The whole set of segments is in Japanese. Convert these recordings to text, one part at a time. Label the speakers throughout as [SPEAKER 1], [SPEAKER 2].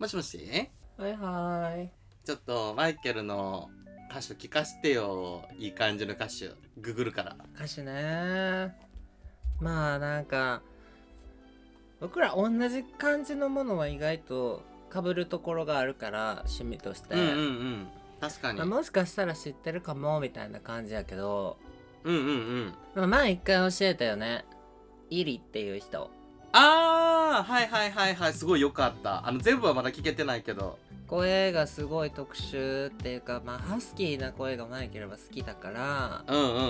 [SPEAKER 1] もしもし
[SPEAKER 2] はいはーい。
[SPEAKER 1] ちょっとマイケルの歌手聞かしてよいい感じの歌手ググるから
[SPEAKER 2] 歌手ねまあなんか僕ら同じ感じのものは意外と被るところがあるから趣味として、
[SPEAKER 1] うんうんうん確かに
[SPEAKER 2] まあ、
[SPEAKER 1] うん
[SPEAKER 2] もしかしたら知ってるかもみたいな感じやけど、
[SPEAKER 1] うんうん
[SPEAKER 2] まあ、前一回教えたよねイリっていう人
[SPEAKER 1] ああはいはいはいはいすごいよかったあの全部はまだ聞けてないけど
[SPEAKER 2] 声がすごい特殊っていうか、まあ、ハスキーな声がマイケルは好きだから
[SPEAKER 1] うんうんうんう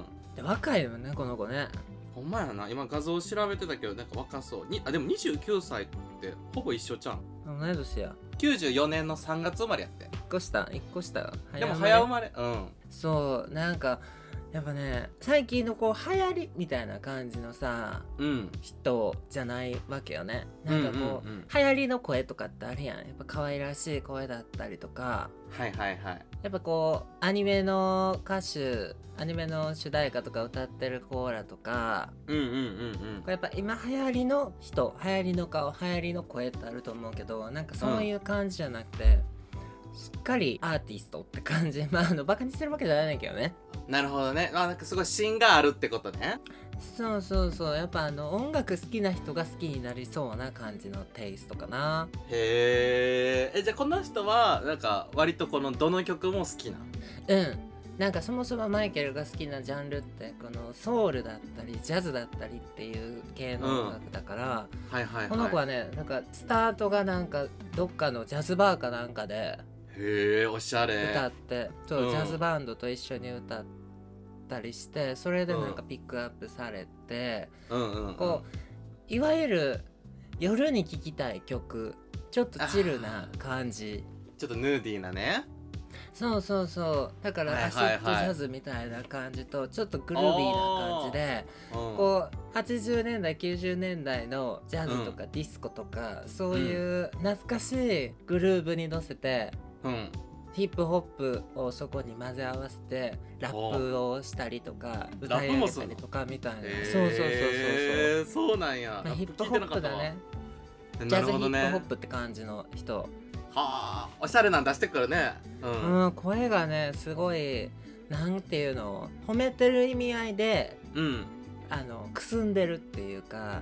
[SPEAKER 1] ん
[SPEAKER 2] で若いよねこの子ね
[SPEAKER 1] ほんまやな今画像調べてたけどなんか若そうにあでも29歳ってほぼ一緒じゃん
[SPEAKER 2] 同い年や
[SPEAKER 1] 94年の3月生まれやって
[SPEAKER 2] 1個下1個下
[SPEAKER 1] でも早生まれうん
[SPEAKER 2] そうなんかやっぱね最近のこう流行りみたいな感じのさ
[SPEAKER 1] うん
[SPEAKER 2] 人じゃないわけよねなんかこ
[SPEAKER 1] う
[SPEAKER 2] う,、
[SPEAKER 1] んうんうん
[SPEAKER 2] 流行りの声とかってあるやんやっぱ可愛らしい声だったりとか
[SPEAKER 1] はいはいはい
[SPEAKER 2] やっぱこうアニメの歌手アニメの主題歌とか歌ってるコーラとか
[SPEAKER 1] うんうんうん
[SPEAKER 2] これやっぱ今流行りの人流行りの顔流行りの声ってあると思うけどなんかそういう感じじゃなくて、しっかりアーティストって感じ まああのバカにしてるわけじゃないんだけどね
[SPEAKER 1] うんなるほどねあなんかすごい芯があるってことね
[SPEAKER 2] そうそうそうやっぱあの音楽好きな人が好きになりそうな感じのテイストかな
[SPEAKER 1] へーえじゃあこの人はなんか割とこのどの曲も好きな
[SPEAKER 2] うんなんかそもそもマイケルが好きなジャンルってこのソウルだったりジャズだったりっていう系の音楽だから、
[SPEAKER 1] はいはいはい
[SPEAKER 2] この子はねなんかスタートがなんかどっかのジャズバーかなんかで
[SPEAKER 1] へえおしゃ
[SPEAKER 2] 歌っ
[SPEAKER 1] れ
[SPEAKER 2] て、そう、
[SPEAKER 1] うん
[SPEAKER 2] ジャズバンドと一緒に歌ったりしてそれでなんか
[SPEAKER 1] う
[SPEAKER 2] ピックアップされて、
[SPEAKER 1] うんうんうん
[SPEAKER 2] こういわゆる夜に聴きたい曲ちょっとチルな感じ
[SPEAKER 1] ちょっとヌーディーなね
[SPEAKER 2] そうそうそうだか
[SPEAKER 1] はい
[SPEAKER 2] らアシ
[SPEAKER 1] はいはい
[SPEAKER 2] ッドジャズみたいな感じとちょっとグルービーな感じで
[SPEAKER 1] うん
[SPEAKER 2] こう80年代90年代のジャズとかディスコとかそういう懐かしいグルーブに乗せて
[SPEAKER 1] うん
[SPEAKER 2] ヒップホップをそこに混ぜ合わせてラップをしたりとか
[SPEAKER 1] ラ
[SPEAKER 2] 歌
[SPEAKER 1] ッ
[SPEAKER 2] い
[SPEAKER 1] プ
[SPEAKER 2] 上
[SPEAKER 1] も
[SPEAKER 2] げ
[SPEAKER 1] す
[SPEAKER 2] た
[SPEAKER 1] るの
[SPEAKER 2] りとかみたいな
[SPEAKER 1] へ
[SPEAKER 2] そうそうそうそうそう
[SPEAKER 1] ーそうなんや
[SPEAKER 2] まあ
[SPEAKER 1] ラ
[SPEAKER 2] ヒ
[SPEAKER 1] ッ
[SPEAKER 2] ッ
[SPEAKER 1] プ
[SPEAKER 2] プ
[SPEAKER 1] 聞いて
[SPEAKER 2] ホ
[SPEAKER 1] な
[SPEAKER 2] ッ
[SPEAKER 1] かっ
[SPEAKER 2] プ
[SPEAKER 1] た
[SPEAKER 2] だ
[SPEAKER 1] わ
[SPEAKER 2] ねジ
[SPEAKER 1] な
[SPEAKER 2] ャ
[SPEAKER 1] る
[SPEAKER 2] ズヒ
[SPEAKER 1] ほど
[SPEAKER 2] ップホッ
[SPEAKER 1] ね
[SPEAKER 2] プって感じの人、
[SPEAKER 1] はあおしゃれなん出してくるねうん
[SPEAKER 2] うん、声がねすごいなんていうの褒めてる意味合いで
[SPEAKER 1] うん
[SPEAKER 2] あのくすんでるっていうか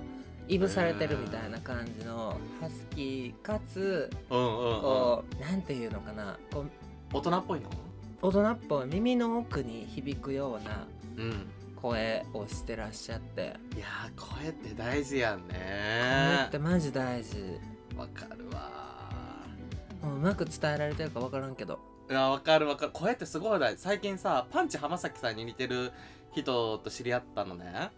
[SPEAKER 2] いぶされてるみたいな感じのハスキーかつ
[SPEAKER 1] うんうんうん
[SPEAKER 2] こうなんていうのかなこう
[SPEAKER 1] 大人っぽいの
[SPEAKER 2] 大人っぽい耳の奥に響くような
[SPEAKER 1] うん
[SPEAKER 2] 声をしてらっしゃって
[SPEAKER 1] いやー声って大事やん
[SPEAKER 2] 声
[SPEAKER 1] ね
[SPEAKER 2] ってマジ大事
[SPEAKER 1] わかるわ
[SPEAKER 2] もううまく伝えられてるか分からんけど
[SPEAKER 1] いやわかるわかる声ってすごい大事最近さパンチ浜崎さんに似てる人と知り合ったのね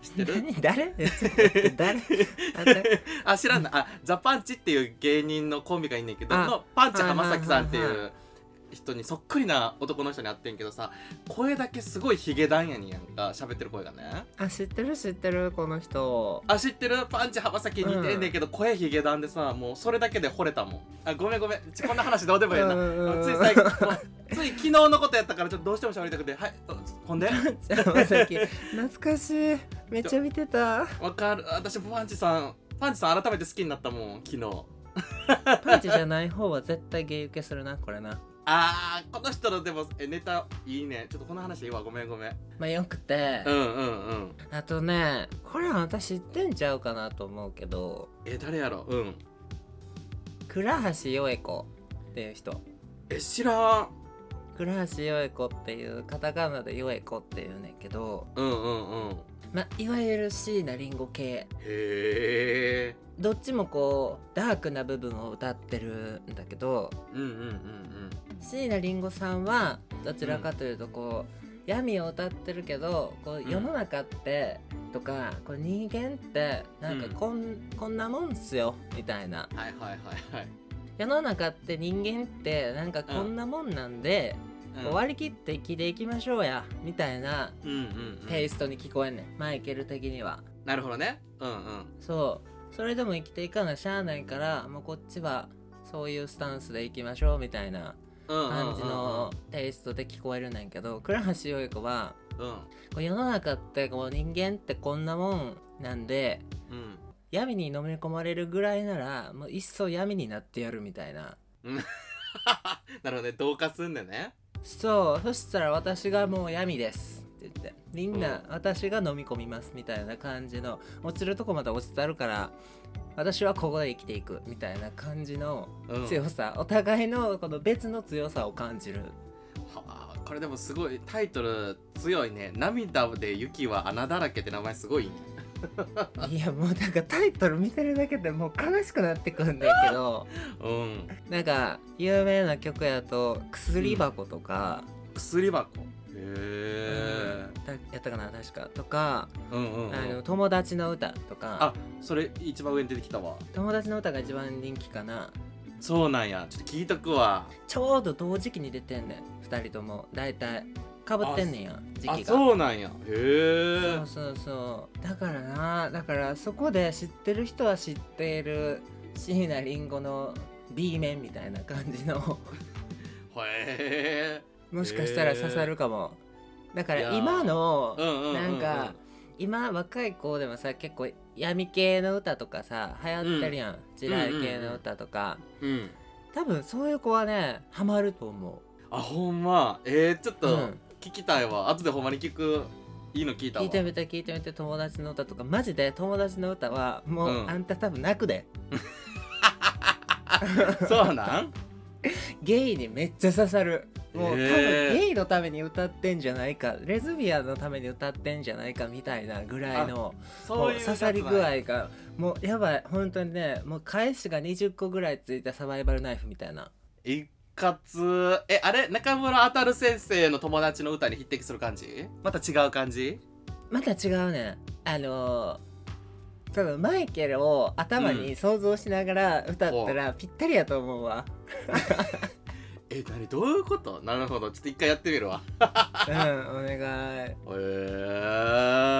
[SPEAKER 1] 知ってる
[SPEAKER 2] 何 誰ちょっと待って誰 あんた
[SPEAKER 1] あ知らないあザ・パンチっていう芸人のコンビがいんねんけど
[SPEAKER 2] あ
[SPEAKER 1] のパンチ浜崎さんって
[SPEAKER 2] はいはい
[SPEAKER 1] い
[SPEAKER 2] は
[SPEAKER 1] う人にそっくりな男の人に会ってんけどさ声だけすごいヒゲダンやにんやんか喋ってる声がね
[SPEAKER 2] あ知ってる知ってるこの人
[SPEAKER 1] あ知ってるパンチ浜崎に似てんねんけど、声ヒゲダンでさもうそれだけで惚れたもんあごめんごめんちこんな話どうでもいいなつい最近もうつい昨日のことやったからちょっとどうしても喋りたくてはいほんで
[SPEAKER 2] じゃあまさき 懐かしいめっちゃ見てた
[SPEAKER 1] わかる私パンチさんパンチさん改めて好きになったもん昨日
[SPEAKER 2] パンチじゃない方は絶対ゲイ受けするなこれな
[SPEAKER 1] あーこの人のでもえネタいいねちょっとこの話いいわごめんごめん
[SPEAKER 2] まあよくて
[SPEAKER 1] うんうんうん
[SPEAKER 2] あとねこれは私知ってんちゃうかなと思うけど
[SPEAKER 1] え誰やろうん
[SPEAKER 2] 倉橋よえ子っていう人
[SPEAKER 1] え知らん
[SPEAKER 2] 倉橋よえ子っていうカタカナでよえ子っていうねんけど、
[SPEAKER 1] うんうんうん
[SPEAKER 2] まあ、いわゆる椎名林檎系
[SPEAKER 1] へえ
[SPEAKER 2] どっちもこうダークな部分を歌ってるんだけど
[SPEAKER 1] うんうんうん
[SPEAKER 2] 椎名林檎さんはどちらかというとこう、闇を歌ってるけどこう世の中って、とかこう人間ってなんかこん,、こんなもんっすよみたいな
[SPEAKER 1] うんはいはいはいはい
[SPEAKER 2] 世の中って人間ってなんかこんなもんなんで、こう割り切って生きていきましょうやみたいな
[SPEAKER 1] うんうんうんうん
[SPEAKER 2] テイストに聞こえんねん、マイケル的には
[SPEAKER 1] なるほどねうんうん
[SPEAKER 2] そうそれでも生きていかなしゃあないからもうこっちはそういうスタンスでいきましょうみたいな
[SPEAKER 1] うんうん
[SPEAKER 2] 感じのテイストで聞こえるねんけど倉橋よい子は
[SPEAKER 1] うんうん
[SPEAKER 2] こう世の中ってこう人間ってこんなもんなんで
[SPEAKER 1] うん
[SPEAKER 2] 闇に飲み込まれるぐらいならもういっそ闇になってやるみたいな
[SPEAKER 1] なるほどね同化すんでね
[SPEAKER 2] そうそしたら私がもう闇ですって言ってみんな私が飲み込みますみたいな感じの落ちるとこまで落ちてあるから私はここで生きていくみたいな感じの
[SPEAKER 1] うん
[SPEAKER 2] 強さ、お互いのこの別の強さを感じる
[SPEAKER 1] はあこれでもすごいタイトル強いね「涙で雪は穴だらけ」って名前すごいね
[SPEAKER 2] いやもうなんかタイトル見てるだけでもう悲しくなってくるんだけど
[SPEAKER 1] うん
[SPEAKER 2] なんか有名な曲やと「薬箱」とか、
[SPEAKER 1] 薬箱へえ
[SPEAKER 2] だやったかな確かとか、
[SPEAKER 1] うんうん、うん、
[SPEAKER 2] あの「友達の歌」とか
[SPEAKER 1] あそれ一番上に出てきたわ
[SPEAKER 2] 「友達の歌」が一番人気かな
[SPEAKER 1] そうなんやちょっと聞いとくわ
[SPEAKER 2] ちょうど同時期に出てんねん2人とも大体かぶってんねんや時
[SPEAKER 1] あ
[SPEAKER 2] 期が
[SPEAKER 1] そうなんやへえ
[SPEAKER 2] そうそうそうだからなだからそこで知ってる人は知っている椎名林檎の B 面みたいな感じの
[SPEAKER 1] へえ
[SPEAKER 2] もしかしたら刺さるかも、だから今の
[SPEAKER 1] うんうんう
[SPEAKER 2] なんか今若い子でもさ結構闇系の歌とかさ流行ってるやん、地雷系の歌とか、
[SPEAKER 1] うん
[SPEAKER 2] 多分そういう子はねハマると思
[SPEAKER 1] あほんまえー、ちょっ
[SPEAKER 2] う、
[SPEAKER 1] と聞きたいわ、後でほんまに聞くいいの聞いたわ
[SPEAKER 2] 聞いてみて聞いてみて友達の歌とかマジで友達の歌はもう、
[SPEAKER 1] うん
[SPEAKER 2] あんた多分泣くで
[SPEAKER 1] そうなん
[SPEAKER 2] ゲイにめっちゃ刺さるもう多分
[SPEAKER 1] へー
[SPEAKER 2] ゲイのために歌ってんじゃないかレズビアンのために歌ってんじゃないかみたいなぐらいのも
[SPEAKER 1] そう
[SPEAKER 2] う
[SPEAKER 1] いう
[SPEAKER 2] 刺さり具
[SPEAKER 1] や
[SPEAKER 2] 合がもうやばい本当にねもう返しが20個ぐらいついたサバイバルナイフみたいな
[SPEAKER 1] つなんやいかつえあれ中村あたる先生の友達の歌に匹敵する感じまた違う感じ
[SPEAKER 2] また違うねんあのー多分マイケルを頭に想像しながら歌ったらぴったりやと思 うわ、
[SPEAKER 1] え何どういうことなるほどちょっと一回やってみるわ
[SPEAKER 2] うんお願い
[SPEAKER 1] へえ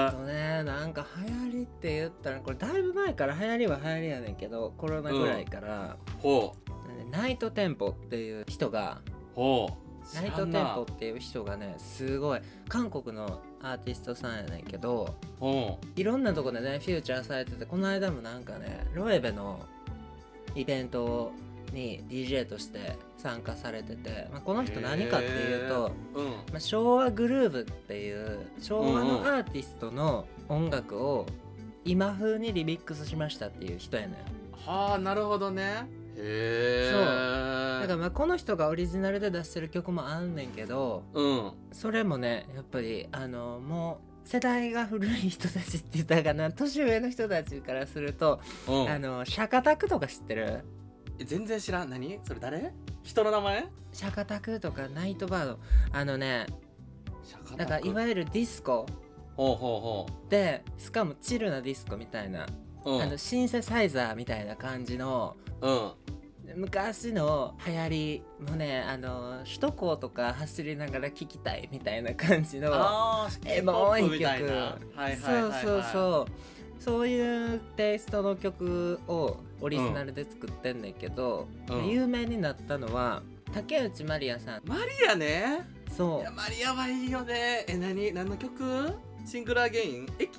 [SPEAKER 2] あとねなんか流行りって言ったらこれだいぶ前から流行りは流行りやねんけどコロナぐらいから、
[SPEAKER 1] ほう
[SPEAKER 2] ナイトテンポっていう人が
[SPEAKER 1] ほう
[SPEAKER 2] ナイトテンポっていう人がねすごい韓国のアーティストさんやねんけど
[SPEAKER 1] ほ
[SPEAKER 2] いろんなとこでねフューチャーされててこの間もなんかねロエベのイベントに DJ として参加されてて、まあ、この人何かっていうと、
[SPEAKER 1] ううん
[SPEAKER 2] まあ、昭和グルーブっていう昭和のアーティストの音楽を今風にリミックスしましたっていう人やねん。
[SPEAKER 1] はあなるほどねへえ
[SPEAKER 2] だからまあこの人がオリジナルで出してる曲もあんねんけど
[SPEAKER 1] うん
[SPEAKER 2] それもねやっぱりあのもう世代が古い人たちって言ったらあかんな年上の人たちからすると、
[SPEAKER 1] うん
[SPEAKER 2] あのシャカタクとか知ってる
[SPEAKER 1] え全然知らん何それ誰人の名前
[SPEAKER 2] シャカタクとかナイトバードあのね
[SPEAKER 1] 釈迦
[SPEAKER 2] だからいわゆるディスコ
[SPEAKER 1] ほうほ
[SPEAKER 2] でしかもチルなディスコみたいな、
[SPEAKER 1] うほううん
[SPEAKER 2] あのシンセサイザーみたいな感じの
[SPEAKER 1] うん
[SPEAKER 2] 昔の流行りもねあの首都高とか走りながら聴きたいみたいな感じの
[SPEAKER 1] あー
[SPEAKER 2] エモい
[SPEAKER 1] K-POP
[SPEAKER 2] 曲
[SPEAKER 1] みたいなはいはいはい、
[SPEAKER 2] そう
[SPEAKER 1] はい、
[SPEAKER 2] そうそうそういうテイストの曲をオリジナルで作ってんねんけど、
[SPEAKER 1] うん
[SPEAKER 2] 有名になったのは竹内まりやさん
[SPEAKER 1] マリアねい
[SPEAKER 2] そ
[SPEAKER 1] やマリアはいいよねえ何何の曲シングルアゲイン駅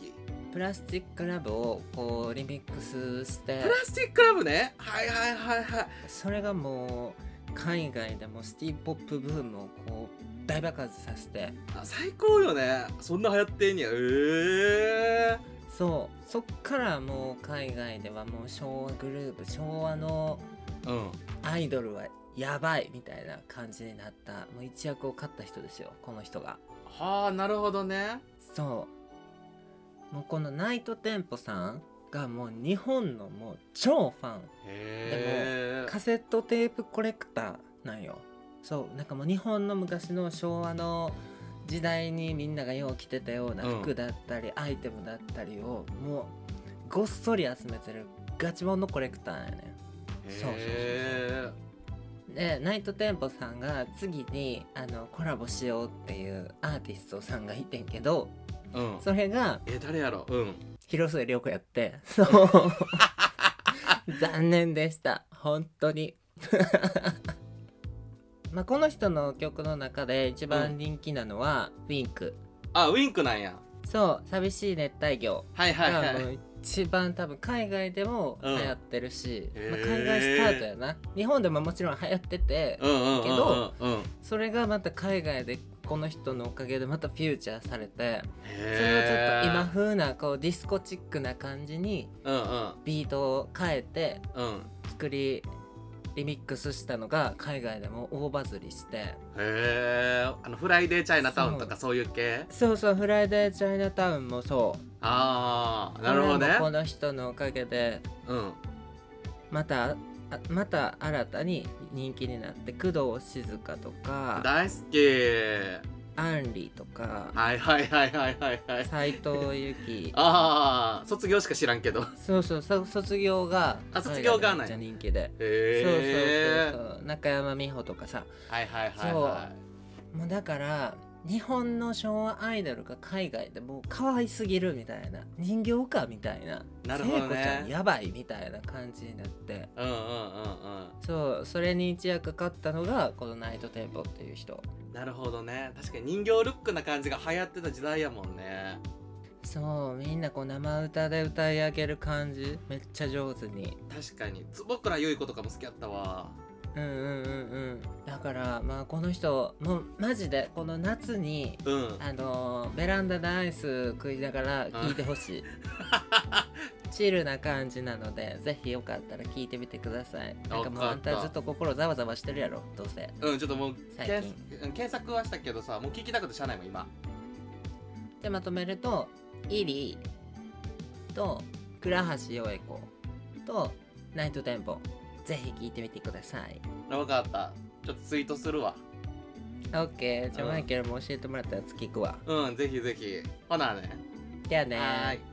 [SPEAKER 2] う「プラスチック・ラブ」をこうリミックスして
[SPEAKER 1] プラスチックラブねはいはいはいはい
[SPEAKER 2] それがもう海外でもシティ・ポップブームをこう大爆発させて
[SPEAKER 1] あ最高よねそんな流行ってんやええ
[SPEAKER 2] そうそっからもう海外ではもう昭和グループ昭和の
[SPEAKER 1] うん
[SPEAKER 2] アイドルはやばいみたいな感じになったもう一役を買った人ですよこの人が
[SPEAKER 1] はあなるほどね
[SPEAKER 2] そうもうこのナイトテンポさんがもう日本のもう超ファン
[SPEAKER 1] へえ
[SPEAKER 2] カセットテープコレクターなんよそうなんかもう日本の昔の昭和の時代にみんながよう着てたような
[SPEAKER 1] う
[SPEAKER 2] 服
[SPEAKER 1] ん
[SPEAKER 2] だったり、アイテムだったりをもうごっそり集めてるガチモンのコレクターなんやねそうそうそう
[SPEAKER 1] へ
[SPEAKER 2] そうでナイトテンポさんが次にあのコラボしようっていうアーティストさんがいてんけど
[SPEAKER 1] ーうん
[SPEAKER 2] それが
[SPEAKER 1] え誰やろうん
[SPEAKER 2] 広末涼子 やってそう残念でした本当に まあこの人の曲の中で一番人気なのは「ウィンク
[SPEAKER 1] あウィンクなんや
[SPEAKER 2] そう「寂しい熱帯魚」
[SPEAKER 1] はいはいは
[SPEAKER 2] がも
[SPEAKER 1] いう
[SPEAKER 2] 一番多分海外でも流行ってるし、
[SPEAKER 1] うん
[SPEAKER 2] まあ
[SPEAKER 1] へー
[SPEAKER 2] 海外スタートやな日本でももちろん流行ってて、
[SPEAKER 1] うんうんうん
[SPEAKER 2] けど
[SPEAKER 1] うんうん
[SPEAKER 2] それがまた海外でこの人のおかげでまたフューチャーされてそれをちょっ
[SPEAKER 1] へ
[SPEAKER 2] と
[SPEAKER 1] ー
[SPEAKER 2] 今風なこうディスコチックな感じにビートを変えて
[SPEAKER 1] うんうんうん
[SPEAKER 2] 作りリミックスしたのが海外でも大バズりして
[SPEAKER 1] へーあのフライデーチャイナタウンとかそういう系
[SPEAKER 2] そうそう「フライデーチャイナタウン」もそう
[SPEAKER 1] ああなるほど
[SPEAKER 2] これ
[SPEAKER 1] ね
[SPEAKER 2] もこの人のおかげで
[SPEAKER 1] うん
[SPEAKER 2] またあまた新たに人気になって工藤静香とか
[SPEAKER 1] 大好き
[SPEAKER 2] アンリとか
[SPEAKER 1] はいはいはいはいはいはい
[SPEAKER 2] 斎藤由 貴
[SPEAKER 1] ああ卒業しか知らんけど
[SPEAKER 2] そうそうそう卒業が
[SPEAKER 1] あ卒業が
[SPEAKER 2] 海外でめっちゃ人気で、
[SPEAKER 1] へえ
[SPEAKER 2] そうそうそうそう中山美穂とかさ
[SPEAKER 1] はいはいはいは
[SPEAKER 2] もうだから日本の昭和アイドルが海外でもう可愛すぎるみたいな人形かみたいな
[SPEAKER 1] なるほどね
[SPEAKER 2] 聖子ちゃんやばいみたいな感じになって
[SPEAKER 1] いうんうんうん
[SPEAKER 2] そうそれに一役買ったのがこのナイトテンポっていう人
[SPEAKER 1] うんなるほどね確かに人形ルックな感じが流行ってた時代やもんね
[SPEAKER 2] そうみんなこう生歌で歌い上げる感じめっちゃ上手に
[SPEAKER 1] 確かに坪倉優衣子とかも好きやったわ
[SPEAKER 2] うんうんうんうんだからまあこの人もうマジでこの夏に
[SPEAKER 1] うん
[SPEAKER 2] あのーベランダでアイス食いながら聞いてほしいチルな感じなのでぜひよかったら聞いてみてくださいなんかもう
[SPEAKER 1] わ
[SPEAKER 2] あ
[SPEAKER 1] か
[SPEAKER 2] ん
[SPEAKER 1] った
[SPEAKER 2] たずっと心ざわざわしてるやろどうせ
[SPEAKER 1] うんちょっともう
[SPEAKER 2] 最
[SPEAKER 1] 検
[SPEAKER 2] 近
[SPEAKER 1] 検索はしたけどさもう聞きたくて社内もん今
[SPEAKER 2] でまとめるとイリーと倉橋よえ子とナイトテンポぜひ聞いてみてください
[SPEAKER 1] 分かったちょっとツイートするわ
[SPEAKER 2] オッケーじゃあ
[SPEAKER 1] うん
[SPEAKER 2] マイケルも教えてもらったやつ聞くわ
[SPEAKER 1] うんぜひぜひほなね
[SPEAKER 2] じゃあね
[SPEAKER 1] はーい